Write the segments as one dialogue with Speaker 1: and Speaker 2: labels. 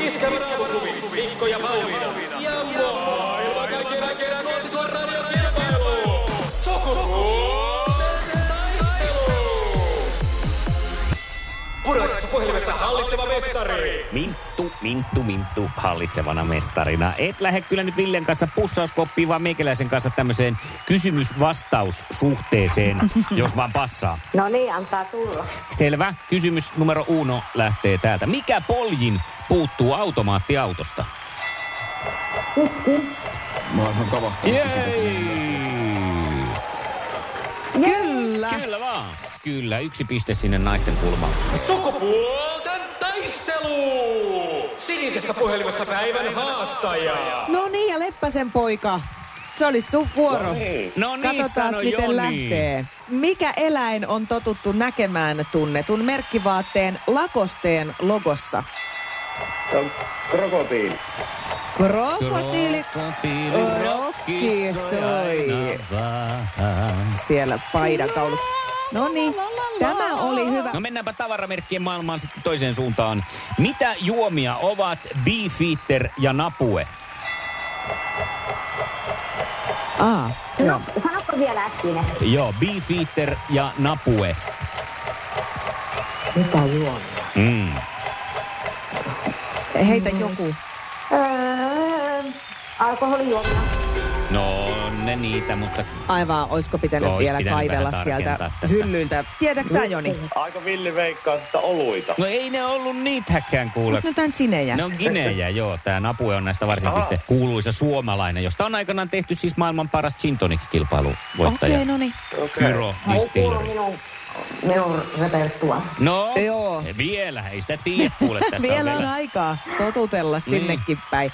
Speaker 1: Iskävä raamuklubi, Mikko ja Pauliina. Ja maailman kaikkien aikeen suosituen radiokilpailu. Sukupuolten taistelu. Puraisessa puhelimessa hallitseva mestari.
Speaker 2: Minttu, Minttu, Minttu hallitsevana mestarina. Et lähde kyllä nyt Villen kanssa pussauskoppiin, vaan meikäläisen kanssa tämmöiseen kysymys-vastaussuhteeseen, jos vaan passaa.
Speaker 3: No niin, antaa tulla.
Speaker 2: Selvä. Kysymys numero uno lähtee täältä. Mikä poljin puuttuu automaattiautosta?
Speaker 4: Maailman tavahtanut.
Speaker 2: Jei!
Speaker 5: Kyllä.
Speaker 2: Kyllä vaan. Kyllä, yksi piste sinne naisten kulmaukseen.
Speaker 1: Sukupuolten taistelu. Sinisessä puhelimessa päivän haastaja.
Speaker 5: No niin, ja Leppäsen poika. Se oli sun vuoro.
Speaker 2: No niin,
Speaker 5: Katsotaan,
Speaker 2: sano
Speaker 5: miten
Speaker 2: Joni.
Speaker 5: lähtee. Mikä eläin on totuttu näkemään tunnetun merkkivaatteen lakosteen logossa?
Speaker 4: Krokotiili.
Speaker 5: Krokotiili
Speaker 2: Krokotiilirokki
Speaker 5: Rokki soi.
Speaker 2: aina vähän.
Speaker 5: siellä paidakaulut. No niin, tämä oli hyvä.
Speaker 2: No mennäänpä tavaramerkkien maailmaan sitten toiseen suuntaan. Mitä juomia ovat Beefeater ja Napue?
Speaker 5: Aa,
Speaker 3: No, sanoppa vielä äkkiä.
Speaker 2: Joo, Beefeater ja Napue.
Speaker 3: Mitä juo?
Speaker 2: Mm.
Speaker 5: heitä joku.
Speaker 3: Öö, alkoholijuomia.
Speaker 2: No, on ne niitä, mutta
Speaker 5: Aivan, oisko pitänyt
Speaker 2: Joo, ois
Speaker 5: vielä
Speaker 2: pitänyt
Speaker 5: kaivella
Speaker 2: vähän
Speaker 5: sieltä
Speaker 2: tarkentaa tästä.
Speaker 5: hyllyltä? Tiedätkö sä, Joni?
Speaker 4: Aika villi veikkaa, että oluita.
Speaker 2: no ei ne ollut niitäkään kuule.
Speaker 5: No tämän sinejä.
Speaker 2: Ne on ginejä, joo. Tämä napue on näistä varsinkin
Speaker 4: Aha.
Speaker 2: se kuuluisa suomalainen, josta on aikanaan tehty siis maailman paras gin tonic-kilpailun voittaja.
Speaker 5: Okei, no niin.
Speaker 2: Kyro
Speaker 3: Ei kuulu
Speaker 2: Distillery.
Speaker 3: minun, minun repertuaan.
Speaker 2: No,
Speaker 5: Joo.
Speaker 2: vielä. Ei sitä tiedä kuule tässä on
Speaker 5: Vielä on
Speaker 2: vielä. Niin.
Speaker 5: aikaa totutella sinnekin päin.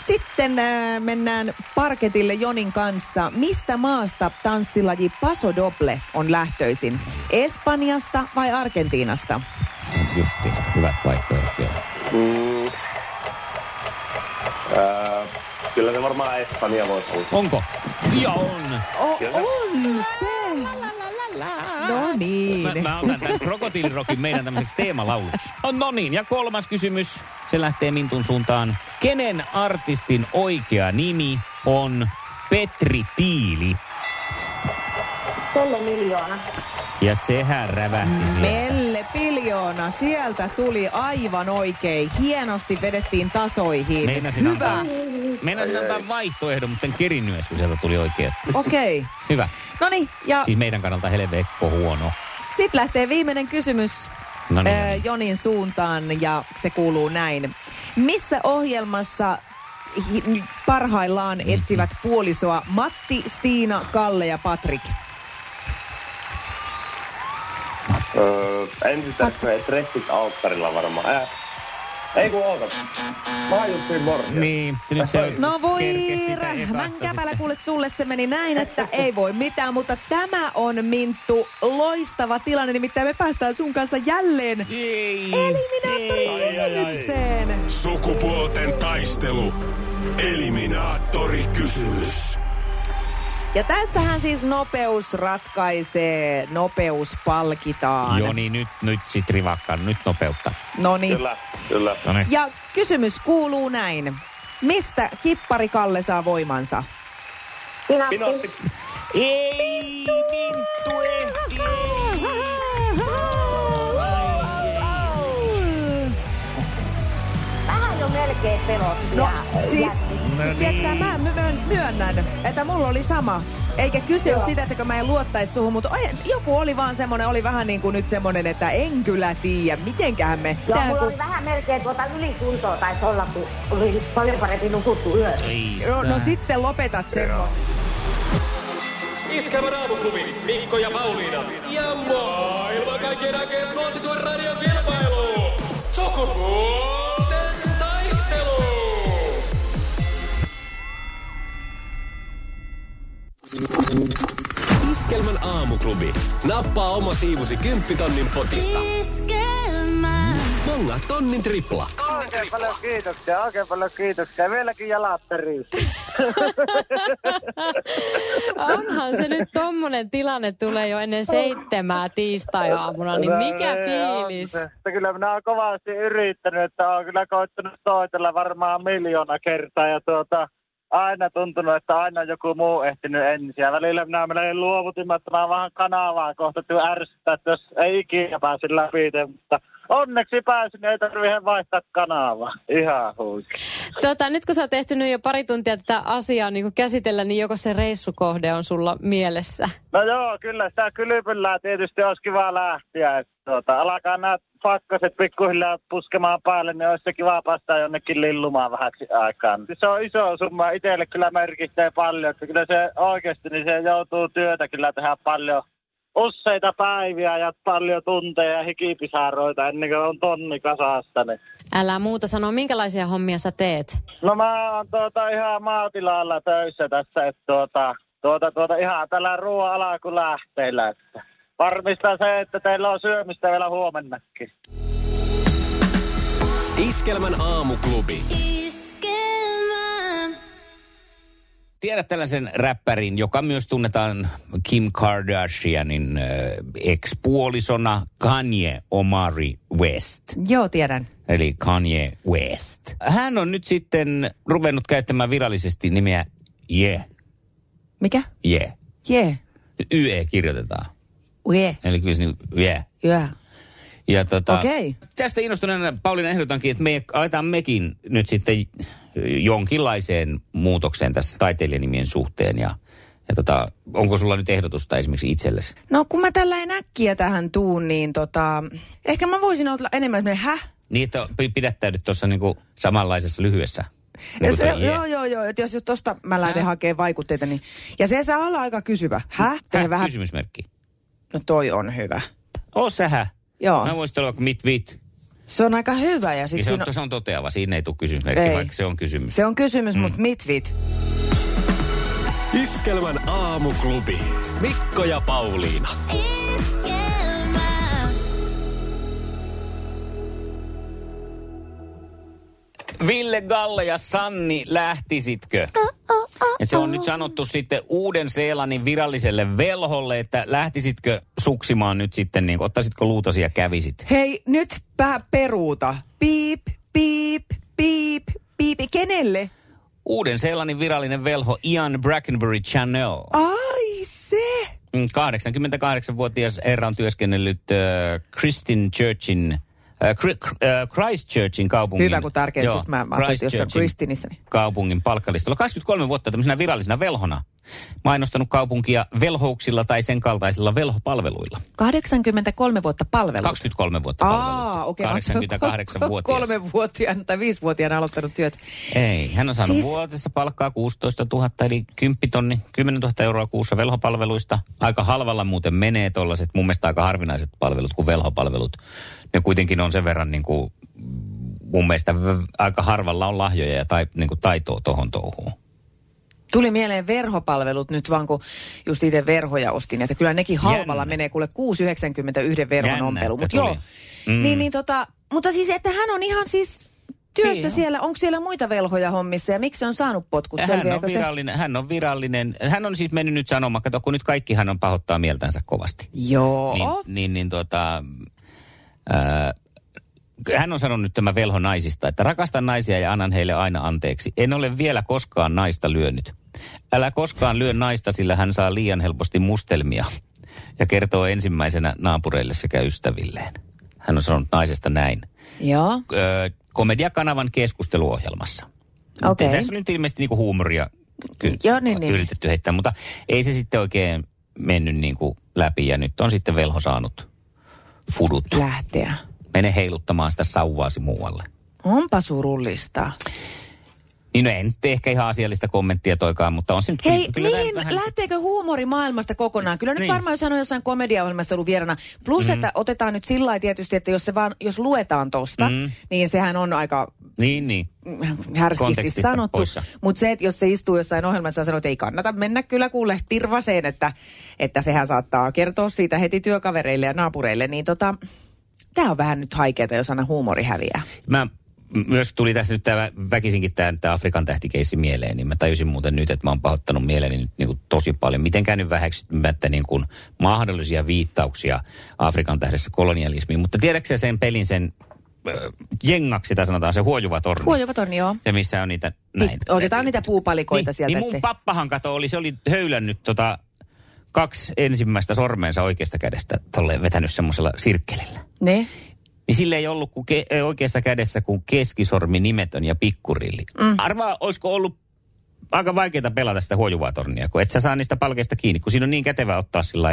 Speaker 5: Sitten äh, mennään parketille Jonin kanssa. Mistä maasta tanssilaji Paso Doble on lähtöisin? Espanjasta vai Argentiinasta?
Speaker 2: Justi, hyvät vaihtoehdot vielä.
Speaker 4: Mm. Öö, kyllä se varmaan Espanja voisi olla.
Speaker 2: Onko? Ja on.
Speaker 5: O-
Speaker 4: Kyllä.
Speaker 5: on se! No niin.
Speaker 2: Mä, mä otan tämän krokotiilirokin meidän tämmöiseksi teemalauluksi. No, no niin, ja kolmas kysymys. Se lähtee Mintun suuntaan. Kenen artistin oikea nimi on Petri Tiili?
Speaker 3: Selle miljoona.
Speaker 2: Ja sehän rävähti sieltä.
Speaker 5: Melle Piljoona, sieltä tuli aivan oikein. Hienosti vedettiin tasoihin.
Speaker 2: Meinasin
Speaker 5: Hyvä.
Speaker 2: antaa, meinasin antaa vaihtoehdon, mutta en kerinnyt edes, kun sieltä tuli oikein.
Speaker 5: Okei.
Speaker 2: Hyvä.
Speaker 5: No niin, ja
Speaker 2: Siis meidän kannalta helveekko huono.
Speaker 5: Sitten lähtee viimeinen kysymys
Speaker 2: No niin,
Speaker 5: öö,
Speaker 2: no niin.
Speaker 5: Jonin suuntaan ja se kuuluu näin. Missä ohjelmassa hi- parhaillaan
Speaker 2: Mhm.
Speaker 5: etsivät puolisoa Matti, Stiina, Kalle ja Patrik?
Speaker 4: Öö, ensittäin treffit alttarilla varmaan. Äh. Ei kun oota. Mä juttuin morjens.
Speaker 2: Niin, nyt se
Speaker 5: No voi
Speaker 2: kerkes sitä
Speaker 5: rähmän
Speaker 2: ekasta
Speaker 5: käpälä,
Speaker 2: sitten.
Speaker 5: kuule sulle se meni näin, että ei voi mitään, mutta tämä on Minttu loistava tilanne, nimittäin me päästään sun kanssa jälleen
Speaker 2: Ei.
Speaker 5: eliminaattorin
Speaker 2: Ei, ai, ai.
Speaker 5: kysymykseen.
Speaker 1: Sukupuolten taistelu. Eliminaattori kysymys.
Speaker 5: Ja tässähän siis nopeus ratkaisee, nopeus palkitaan.
Speaker 2: Joni, niin nyt, nyt sit rivakkaan, nyt nopeutta.
Speaker 5: No niin.
Speaker 4: Kyllä, kyllä.
Speaker 2: No niin.
Speaker 5: Ja kysymys kuuluu näin. Mistä kippari Kalle saa voimansa?
Speaker 3: Sinappi.
Speaker 4: Pinotti.
Speaker 2: Ei, Minttu, ehti.
Speaker 3: Vähän jo melkein pelotti.
Speaker 5: No
Speaker 3: ja-
Speaker 5: siis,
Speaker 3: ja-
Speaker 5: tiedätkö sä, mä myön- myönnän, että mulla oli sama. Eikä kyse ole sitä, että mä en luottaisi suhun, mutta oi, joku oli vaan semmonen, oli vähän niin kuin nyt semmonen, että en kyllä tiedä, mitenkähän me...
Speaker 3: Joo,
Speaker 5: tää
Speaker 3: mulla
Speaker 5: kun-
Speaker 3: oli vähän melkein tuota ylikuntoa taisi olla, kun oli paljon parempi nukuttu yö.
Speaker 2: Ei
Speaker 5: no, no
Speaker 2: saa.
Speaker 5: sitten lopetat semmoista.
Speaker 1: Iskävä raamuklubi, Mikko ja Pauliina. Ja maailman kaikkien aikeen suosituen radiokilpailu. Sukupuolten taistelu.
Speaker 6: Iskelmän aamuklubi. Nappaa oma siivosi kymppitonnin potista.
Speaker 7: Iskelmä.
Speaker 6: Mä
Speaker 1: Jonna tonnin tripla.
Speaker 6: Oikein paljon kiitoksia, oikein paljon kiitoksia. Vieläkin jalat perii.
Speaker 7: Onhan se nyt tommonen tilanne tulee jo ennen seitsemää tiistai-aamuna, niin mikä
Speaker 6: Ei, on
Speaker 7: fiilis?
Speaker 6: se. Mutta kyllä minä olen kovasti yrittänyt, että olen kyllä koittanut soitella varmaan miljoona kertaa ja tuota, aina tuntunut, että aina on joku muu ehtinyt ensin. Ja välillä minä menen luovutimattomaan vähän kanavaa kohta, että ärsyttää, että jos ei ikinä pääse läpi, mutta onneksi pääsin, ei tarvitse vaihtaa kanavaa. Ihan huikea.
Speaker 7: Tota, nyt kun sä oot ehtinyt jo pari tuntia tätä asiaa niin käsitellä, niin joko se reissukohde on sulla mielessä?
Speaker 6: No joo, kyllä sitä kylpyllää tietysti olisi kiva lähteä. Että tuota, alkaa nämä pakkaset pikkuhiljaa puskemaan päälle, niin olisi se kiva päästä jonnekin lillumaan vähäksi aikaan. Se on iso summa, itselle kyllä merkitsee paljon. Että kyllä se oikeasti, niin se joutuu työtä kyllä tehdä paljon useita päiviä ja paljon tunteja ja hikipisaroita ennen kuin on tonni kasasta. Niin.
Speaker 7: Älä muuta sano, minkälaisia hommia sä teet?
Speaker 6: No mä oon tuota ihan maatilalla töissä tässä, että tuota, tuota, tuota ihan tällä ruoan alakulähteillä, että varmistaa se, että teillä on syömistä vielä huomennakin.
Speaker 1: Iskelmän aamuklubi.
Speaker 2: Tiedät tällaisen räppärin, joka myös tunnetaan Kim Kardashianin äh, ex-puolisona Kanye Omari West.
Speaker 5: Joo, tiedän.
Speaker 2: eli Kanye West. Hän on nyt sitten ruvennut käyttämään virallisesti nimeä Je,
Speaker 5: Mikä?
Speaker 2: Je.
Speaker 5: Jee.
Speaker 2: YE E kirjoitetaan.
Speaker 5: Jee.
Speaker 2: Eli kyllä se niin Je.
Speaker 5: Jee.
Speaker 2: Ja tota,
Speaker 5: Okei.
Speaker 2: Tästä innostuneena Pauliina ehdotankin, että me aletaan mekin nyt sitten jonkinlaiseen muutokseen tässä taiteilijanimien suhteen. Ja, ja tota, onko sulla nyt ehdotusta esimerkiksi itsellesi?
Speaker 5: No kun mä tällä äkkiä tähän tuun, niin tota, ehkä mä voisin olla enemmän semmoinen häh.
Speaker 2: Niin, että pi- pidättäydyt tuossa niinku samanlaisessa lyhyessä.
Speaker 5: Ja
Speaker 2: Niinku
Speaker 5: se,
Speaker 2: toi Je.
Speaker 5: joo, joo, joo. Että jos, jos tosta mä lähden hakemaan vaikutteita, niin... Ja se saa olla aika kysyvä. Häh? Tehdään
Speaker 2: Häh,
Speaker 5: vähän...
Speaker 2: kysymysmerkki.
Speaker 5: No toi on hyvä.
Speaker 2: Oo sähä.
Speaker 5: Joo.
Speaker 2: Mä voisin olla vaikka mit vit.
Speaker 5: Se on aika hyvä ja
Speaker 2: Niin
Speaker 5: sit
Speaker 2: se, on,
Speaker 5: siinä on...
Speaker 2: se on toteava, siinä ei tule kysymysmerkki,
Speaker 5: Ei.
Speaker 2: vaikka se on kysymys.
Speaker 5: Se on kysymys, mm. mutta mitvit.
Speaker 1: Iskelmän aamuklubi. Mikko ja Pauliina.
Speaker 2: Ville Galle ja Sanni, lähtisitkö? Ja se on nyt sanottu sitten uuden Seelannin viralliselle velholle, että lähtisitkö suksimaan nyt sitten, niin ottaisitko luutasi ja kävisit?
Speaker 5: Hei, nyt pä- peruuta. Piip, piip, piip, piip. Kenelle?
Speaker 2: Uuden Seelannin virallinen velho Ian Brackenbury Channel.
Speaker 5: Ai se!
Speaker 2: Mm, 88-vuotias herra on työskennellyt äh, Christin Churchin, äh, Chri- äh, Christchurchin kaupungin.
Speaker 5: Hyvä, kun tärkein. Sitten mä ajattelin, että jos on
Speaker 2: Christchurchin
Speaker 5: Christinissä, niin-
Speaker 2: Kaupungin palkkalistolla. 23 vuotta tämmöisenä virallisena velhona. Mainostanut kaupunkia velhouksilla tai sen kaltaisilla velhopalveluilla.
Speaker 5: 83 vuotta palvelua.
Speaker 2: 23 vuotta palveluita.
Speaker 5: Aa, okei.
Speaker 2: 88-vuotias.
Speaker 5: Kolmevuotiaana tai viisivuotiaana aloittanut työt.
Speaker 2: Ei, hän on saanut
Speaker 5: Siis-
Speaker 2: siis... vuotessa palkkaa 16 000 eli 10 tonni, 10 000 euroa kuussa velhopalveluista. Aika halvalla muuten menee tollaiset, mun mielestä aika harvinaiset palvelut kuin velhopalvelut. Ne kuitenkin on sen verran niin kuin, mun mielestä v- aika harvalla on lahjoja ja tai, niin kuin taitoa tohon touhuun.
Speaker 5: Tuli mieleen verhopalvelut nyt vaan, kun just itse verhoja ostin. Että kyllä nekin halvalla
Speaker 2: Jännä.
Speaker 5: menee kuule 6,90 yhden verhon
Speaker 2: Jännä,
Speaker 5: ompelu.
Speaker 2: että
Speaker 5: Mutta
Speaker 2: tuli.
Speaker 5: joo, mm. niin, niin tota, mutta siis, että hän on ihan siis työssä
Speaker 2: Niin on.
Speaker 5: siellä. Onko siellä muita velhoja hommissa ja miksi se on saanut potkut?
Speaker 2: Hän on,
Speaker 5: Selviääkö se?
Speaker 2: virallinen, hän on virallinen, hän on siis mennyt nyt sanomaan, kato kun nyt kaikkihan on pahoittaa mieltänsä kovasti.
Speaker 5: Joo.
Speaker 2: Niin, niin, niin tota, ää, hän on sanonut nyt tämä velho naisista, että rakastan naisia ja annan heille aina anteeksi. En ole vielä koskaan naista lyönyt. Älä koskaan lyö naista, sillä hän saa liian helposti mustelmia ja kertoo ensimmäisenä naapureille sekä ystävilleen. Hän on sanonut naisesta näin.
Speaker 5: Joo.
Speaker 2: Öö, komediakanavan keskusteluohjelmassa.
Speaker 5: Okei.
Speaker 2: Tässä on nyt ilmeisesti niinku huumoria ky-
Speaker 5: Joo, niin, niin.
Speaker 2: yritetty heittää, mutta ei se sitten oikein mennyt niinku läpi ja nyt on sitten velho saanut fudut.
Speaker 5: Lähteä.
Speaker 2: Mene heiluttamaan sitä sauvaasi muualle.
Speaker 5: Onpa surullista.
Speaker 2: Niin no en tee ehkä ihan asiallista kommenttia toikaan, mutta on se nyt
Speaker 5: Hei, niin,
Speaker 2: kyllä tää
Speaker 5: mihin,
Speaker 2: vähän-
Speaker 5: lähteekö huumori maailmasta kokonaan? Kyllä nyt
Speaker 2: Niin. Mm-hmm.
Speaker 5: niin. varmaan, jos hän on jossain komediaohjelmassa ollut vierana. Plus, mm. että otetaan nyt sillä lailla tietysti, että jos, se vaan, jos luetaan tosta,
Speaker 2: Mm-hmm.
Speaker 5: mm. niin sehän on aika
Speaker 2: Niin, niin.
Speaker 5: mm, härskisti
Speaker 2: Kontekstista
Speaker 5: sanottu.
Speaker 2: poissa.
Speaker 5: Mutta se, että jos se istuu jossain ohjelmassa ja sanoo, että ei kannata mennä kyllä kuule tirvaseen, että, että sehän saattaa kertoa siitä heti työkavereille ja naapureille, niin tota, Tämä on vähän nyt haikeeta, jos aina huumori häviää.
Speaker 2: Mä myös tuli tässä nyt tämä väkisinkin tämä, tämä Afrikan tähtikeissi mieleen, niin mä tajusin muuten nyt, että mä oon pahoittanut mieleeni nyt niin kuin tosi paljon. Mitenkään nyt väheksymättä niin kuin mahdollisia viittauksia Afrikan tähdessä kolonialismiin, mutta tiedätkö sä sen pelin sen äh, jengaksi, tai sanotaan se huojuva torni?
Speaker 5: Huojuvat on joo.
Speaker 2: Se, missä on niitä näin.
Speaker 5: Niin, otetaan niitä puupalikoita
Speaker 2: niin,
Speaker 5: sieltä.
Speaker 2: Niin mun
Speaker 5: ettei-
Speaker 2: pappahan kato oli, se oli höylännyt tota kaksi ensimmäistä sormeensa oikeasta kädestä tolle vetänyt semmoisella sirkkelillä.
Speaker 5: niin.
Speaker 2: Niin sillä ei ollut kuin ke- ö, oikeassa kädessä kuin keskisormi nimetön ja pikkurilli. Mm. Arvaa, olisiko ollut aika vaikeaa pelata sitä huojuvaa tornia, kun et sä saa niistä palkeista kiinni, kun siinä on niin kätevä ottaa sillä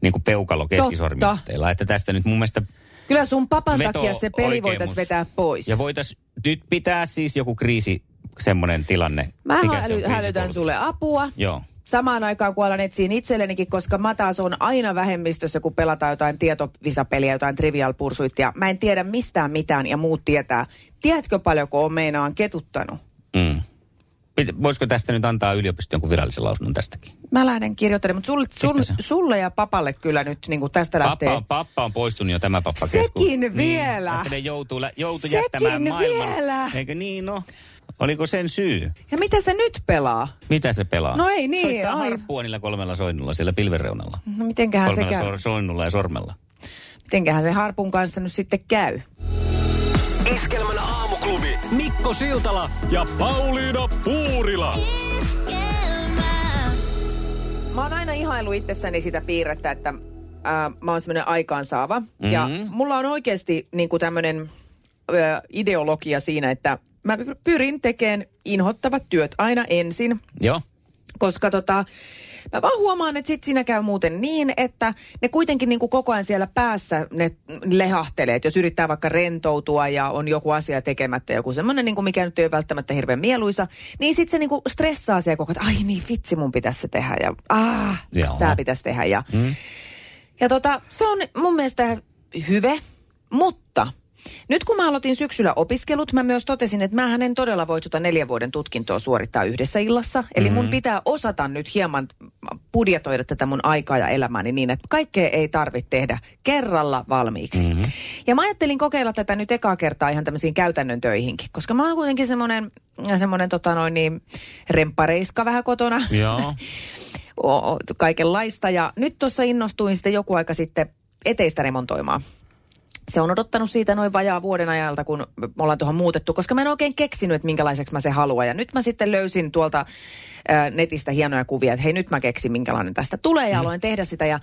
Speaker 2: niin kuin peukalo keskisormiotteilla, että tästä nyt mun mielestä
Speaker 5: Kyllä sun papan
Speaker 2: veto
Speaker 5: takia se peli
Speaker 2: oikeemus.
Speaker 5: voitaisiin vetää pois.
Speaker 2: Ja voitaisiin nyt pitää siis joku kriisi, semmoinen tilanne.
Speaker 5: Mä
Speaker 2: Mikä se on,
Speaker 5: häly, hälytän
Speaker 2: kriisikoulutus?
Speaker 5: sulle apua.
Speaker 2: Joo.
Speaker 5: Samaan aikaan kun alan etsiin itsellenikin, koska mä taas on aina vähemmistössä, kun pelataan jotain tietovisapeliä, jotain trivial pursuit, ja mä en tiedä mistään mitään ja muut tietää. Tiedätkö paljonko on meinaan ketuttanut?
Speaker 2: Mm. Pit- Voisiko tästä nyt antaa yliopistoon jonkun virallisen lausunnon tästäkin?
Speaker 5: Mä lähden kirjoittelemaan, mutta sulle, sun,
Speaker 2: se?
Speaker 5: sulle ja papalle kyllä nyt niin kuin tästä lähtee.
Speaker 2: Pappa on, pappa on poistunut jo tämä pappa
Speaker 5: Sekin
Speaker 2: keskus.
Speaker 5: vielä.
Speaker 2: Niin, että ne joutuu, lä- joutuu
Speaker 5: Sekin
Speaker 2: jättämään maailman.
Speaker 5: vielä.
Speaker 2: Eikö niin, no? Oliko sen syy?
Speaker 5: Ja mitä se nyt pelaa?
Speaker 2: Mitä se pelaa?
Speaker 5: No ei niin,
Speaker 2: Soittaa
Speaker 5: aivan.
Speaker 2: harppua niillä kolmella soinnulla siellä pilvereunalla.
Speaker 5: No mitenköhän se,
Speaker 2: Kolmella
Speaker 5: käy?
Speaker 2: sor- soinnulla ja sormella.
Speaker 5: mitenköhän se harpun kanssa nyt sitten käy?
Speaker 1: Iskelmän aamuklubi. Mikko Siltala ja Pauliina Puurila.
Speaker 5: Mä oon aina ihaillut itsessäni sitä piirrettä, että ää, mä oon semmoinen aikaansaava. Mm-hmm. Ja mulla on oikeasti niinku tämmöinen ideologia siinä, että mä py- pyrin tekemään inhottavat työt aina ensin,
Speaker 2: Joo.
Speaker 5: koska tota, mä vaan huomaan, että sit siinä käy muuten niin, että ne kuitenkin niinku koko ajan siellä päässä ne lehahtelee. Et jos yrittää vaikka rentoutua ja on joku asia tekemättä, joku semmoinen, niinku, mikä nyt ei ole välttämättä hirveän mieluisa, niin sit se niinku stressaa siellä koko ajan, että ai niin vitsi mun pitäisi se tehdä ja aah,
Speaker 2: Joo.
Speaker 5: tämä pitäisi tehdä. Ja, mm. ja tota, se on mun mielestä hyve, mutta nyt kun mä aloitin syksyllä opiskelut, mä myös totesin, että mä en todella voi tuota neljän vuoden tutkintoa suorittaa yhdessä illassa. Eli mun pitää osata nyt hieman budjetoida tätä mun aikaa ja elämääni niin, että kaikkea ei tarvitse tehdä kerralla valmiiksi. Mm-hmm. Ja mä ajattelin kokeilla tätä nyt ekaa kertaa ihan tämmöisiin käytännön töihinkin, koska mä oon kuitenkin semmoinen semmonen tota noin niin, remppareiska vähän kotona
Speaker 2: Joo.
Speaker 5: o- o- kaikenlaista. Ja nyt tuossa innostuin sitten joku aika sitten eteistä remontoimaan. Se on odottanut siitä noin vajaa vuoden ajalta, kun me ollaan tuohon muutettu, koska mä en oikein keksinyt, että minkälaiseksi mä se haluan. Ja nyt mä sitten löysin tuolta ää, netistä hienoja kuvia, että hei nyt mä keksin, minkälainen tästä tulee ja aloin tehdä sitä. Ja,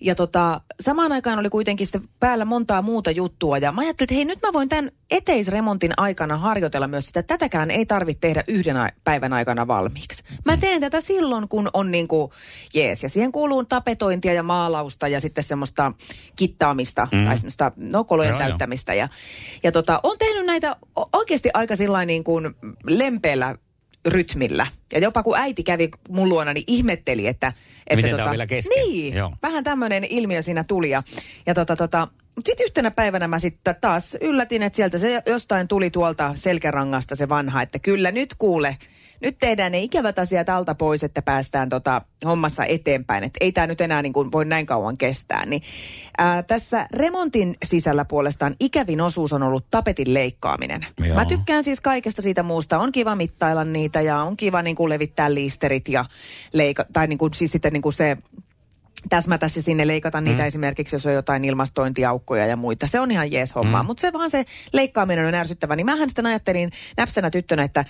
Speaker 5: ja tota, samaan aikaan oli kuitenkin sitten päällä montaa muuta juttua ja mä ajattelin, että hei nyt mä voin tämän eteisremontin aikana harjoitella myös sitä, että tätäkään ei tarvitse tehdä yhden ai- päivän aikana valmiiksi.
Speaker 2: Mm.
Speaker 5: Mä teen tätä silloin, kun on niin kuin jees ja siihen kuuluu tapetointia ja maalausta ja sitten semmoista kittaamista mm. tai semmoista no, kolojen
Speaker 2: Joo, joo.
Speaker 5: täyttämistä tekemistä. Ja, ja tota, on tehnyt näitä o- oikeasti aika sillä niin kuin lempeällä rytmillä. Ja jopa kun äiti kävi mun luona, niin ihmetteli, että... että
Speaker 2: Miten tää on vielä kesken?
Speaker 5: Niin,
Speaker 2: Joo.
Speaker 5: Joo. vähän tämmöinen ilmiö siinä tuli. Ja, ja tota, tota, sitten yhtenä päivänä mä sitten taas yllätin, että sieltä se jostain tuli tuolta selkärangasta se vanha, että kyllä nyt kuule, nyt tehdään ne ikävät asiat alta pois, että päästään tota hommassa eteenpäin. Että ei tämä nyt enää niin kuin voi näin kauan kestää. Niin, ää, tässä remontin sisällä puolestaan ikävin osuus on ollut tapetin leikkaaminen.
Speaker 2: Joo.
Speaker 5: Joo. Mä tykkään siis kaikesta siitä muusta. On kiva mittailla niitä ja on kiva niin kuin levittää liisterit ja leika- tai niin kuin, siis sitten niin kuin se täsmätä se sinne, leikata niitä esimerkiksi, jos on jotain ilmastointiaukkoja ja muita. Se on ihan jees hommaa, mm. mutta se vaan se leikkaaminen on ärsyttävä. Niin mähän sitten ajattelin näpsänä tyttönä, että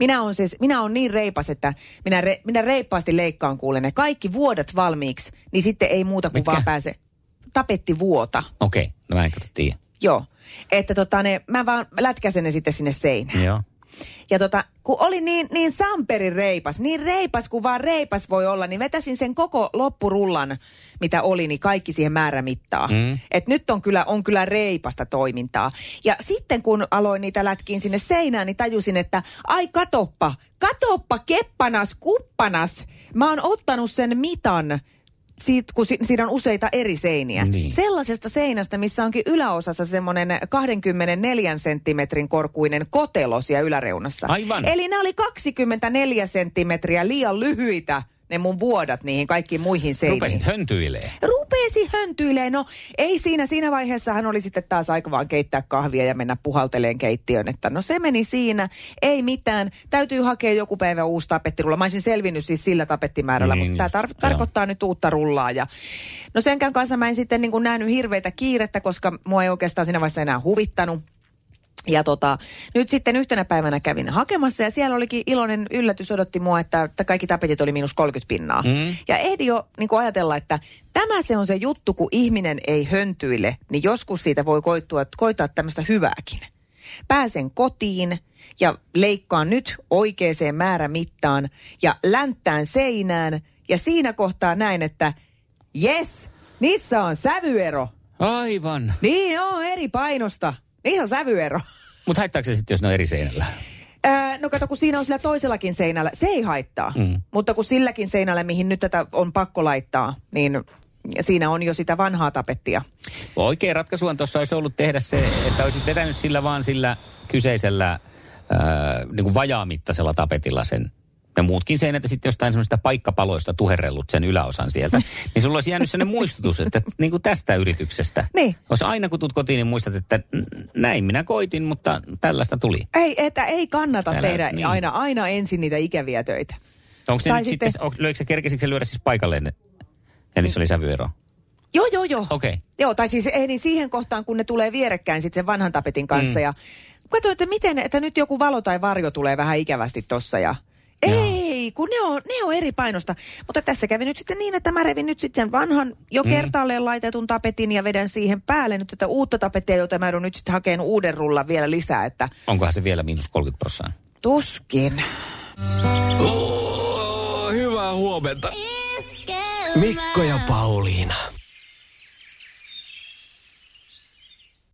Speaker 5: minä on siis, minä on niin reipas, että minä, re, minä reippaasti leikkaan kuulen ne kaikki vuodet valmiiksi, niin sitten ei muuta kuin
Speaker 2: Mitkä?
Speaker 5: vaan pääse tapetti vuota.
Speaker 2: Okei, okay. no mä en kato tiedä.
Speaker 5: Joo. Että tota ne, mä vaan lätkäsen ne sitten sinne seinään.
Speaker 2: Joo.
Speaker 5: Ja tota, kun oli niin, niin samperin reipas, niin reipas kuin vaan reipas voi olla, niin vetäsin sen koko loppurullan, mitä oli, niin kaikki siihen määrämittaa. Mm. Et nyt on kyllä, on kyllä reipasta toimintaa. Ja sitten kun aloin niitä lätkiin sinne seinään, niin tajusin, että ai katoppa, katoppa keppanas, kuppanas. Mä oon ottanut sen mitan siitä, kun si- siinä on useita eri seiniä.
Speaker 2: Niin.
Speaker 5: Sellaisesta seinästä, missä onkin yläosassa semmoinen 24 senttimetrin korkuinen kotelo siellä yläreunassa.
Speaker 2: Aivan.
Speaker 5: Eli nämä oli 24 senttimetriä liian lyhyitä ne mun vuodat niihin kaikkiin muihin seiniin.
Speaker 2: Rupesit höntyilee.
Speaker 5: Rupesi höntyilee. No ei siinä, siinä vaiheessa hän oli sitten taas aika vaan keittää kahvia ja mennä puhalteleen keittiöön. Että no se meni siinä, ei mitään. Täytyy hakea joku päivä uusi tapettirulla. Mä olisin selvinnyt siis sillä tapettimäärällä,
Speaker 2: Niin,
Speaker 5: niin, mutta tämä
Speaker 2: just,
Speaker 5: tar- tarkoittaa nyt uutta rullaa. Ja... No senkään kanssa mä en sitten niin kuin nähnyt hirveitä kiirettä, koska mua ei oikeastaan siinä vaiheessa enää huvittanut. Ja tota, nyt sitten yhtenä päivänä kävin hakemassa ja siellä olikin iloinen yllätys odotti mua, että, että kaikki tapetit oli miinus 30 pinnaa. Mm. Ja ehdi jo niin kuin ajatella, että tämä se on se juttu, kun ihminen ei höntyile, niin joskus siitä voi koittua, koittaa tämmöistä hyvääkin. Pääsen kotiin ja leikkaan nyt oikeaan määrämittaan ja länttään seinään ja siinä kohtaa näin, että jes, niissä on sävyero.
Speaker 2: Aivan.
Speaker 5: Niin on, eri painosta. Niissä on sävyero.
Speaker 2: Mutta haittaako se sitten, jos ne on eri seinällä?
Speaker 5: Ää, no kato, kun siinä on sillä toisellakin seinällä, se ei haittaa. Mm. Mutta kun silläkin seinällä, mihin nyt tätä on pakko laittaa, niin siinä on jo sitä vanhaa tapettia.
Speaker 2: Oikea ratkaisuhan tuossa olisi ollut tehdä se, että olisit vetänyt sillä vaan sillä kyseisellä ää, niin kuin vajaamittaisella tapetilla sen ja muutkin seinät ja sitten jostain semmoista paikkapaloista tuherrellut sen yläosan sieltä. Niin sulla olisi jäänyt sellainen muistutus, että niin kuin tästä yrityksestä.
Speaker 5: Niin.
Speaker 2: Olisi aina kun tulet kotiin, niin muistat, että n- näin minä koitin, mutta tällaista tuli.
Speaker 5: Ei, että ei kannata
Speaker 2: Älä-
Speaker 5: Älä, tehdä
Speaker 2: niin.
Speaker 5: niin. aina, aina ensin niitä ikäviä töitä.
Speaker 2: Onko se
Speaker 5: Tai
Speaker 2: nyt sitten,
Speaker 5: sitten-
Speaker 2: sitten löikö se kerkisikö se lyödä siis paikalleen? ne- Ja niissä oli sävyero.
Speaker 5: Joo, joo, joo.
Speaker 2: Okei.
Speaker 5: Joo, tai siis ei niin siihen kohtaan, kun ne tulee vierekkäin sitten sen vanhan tapetin kanssa. Mm. Ja katsoin, että miten, että nyt joku valo tai varjo tulee vähän ikävästi tossa ja... Ei, kun ne on, ne on eri painosta. Mutta tässä kävi nyt sitten niin, että mä revin nyt sitten sen vanhan jo kertaalleen laitetun tapetin ja vedän siihen päälle nyt tätä uutta tapettia, jota mä joudun nyt sitten hakemaan uuden rullan vielä lisää, että
Speaker 2: Onkohan se vielä miinus 30 prosenttia?
Speaker 5: tuskin.
Speaker 1: Oh, hyvää huomenta. Mikko ja Pauliina.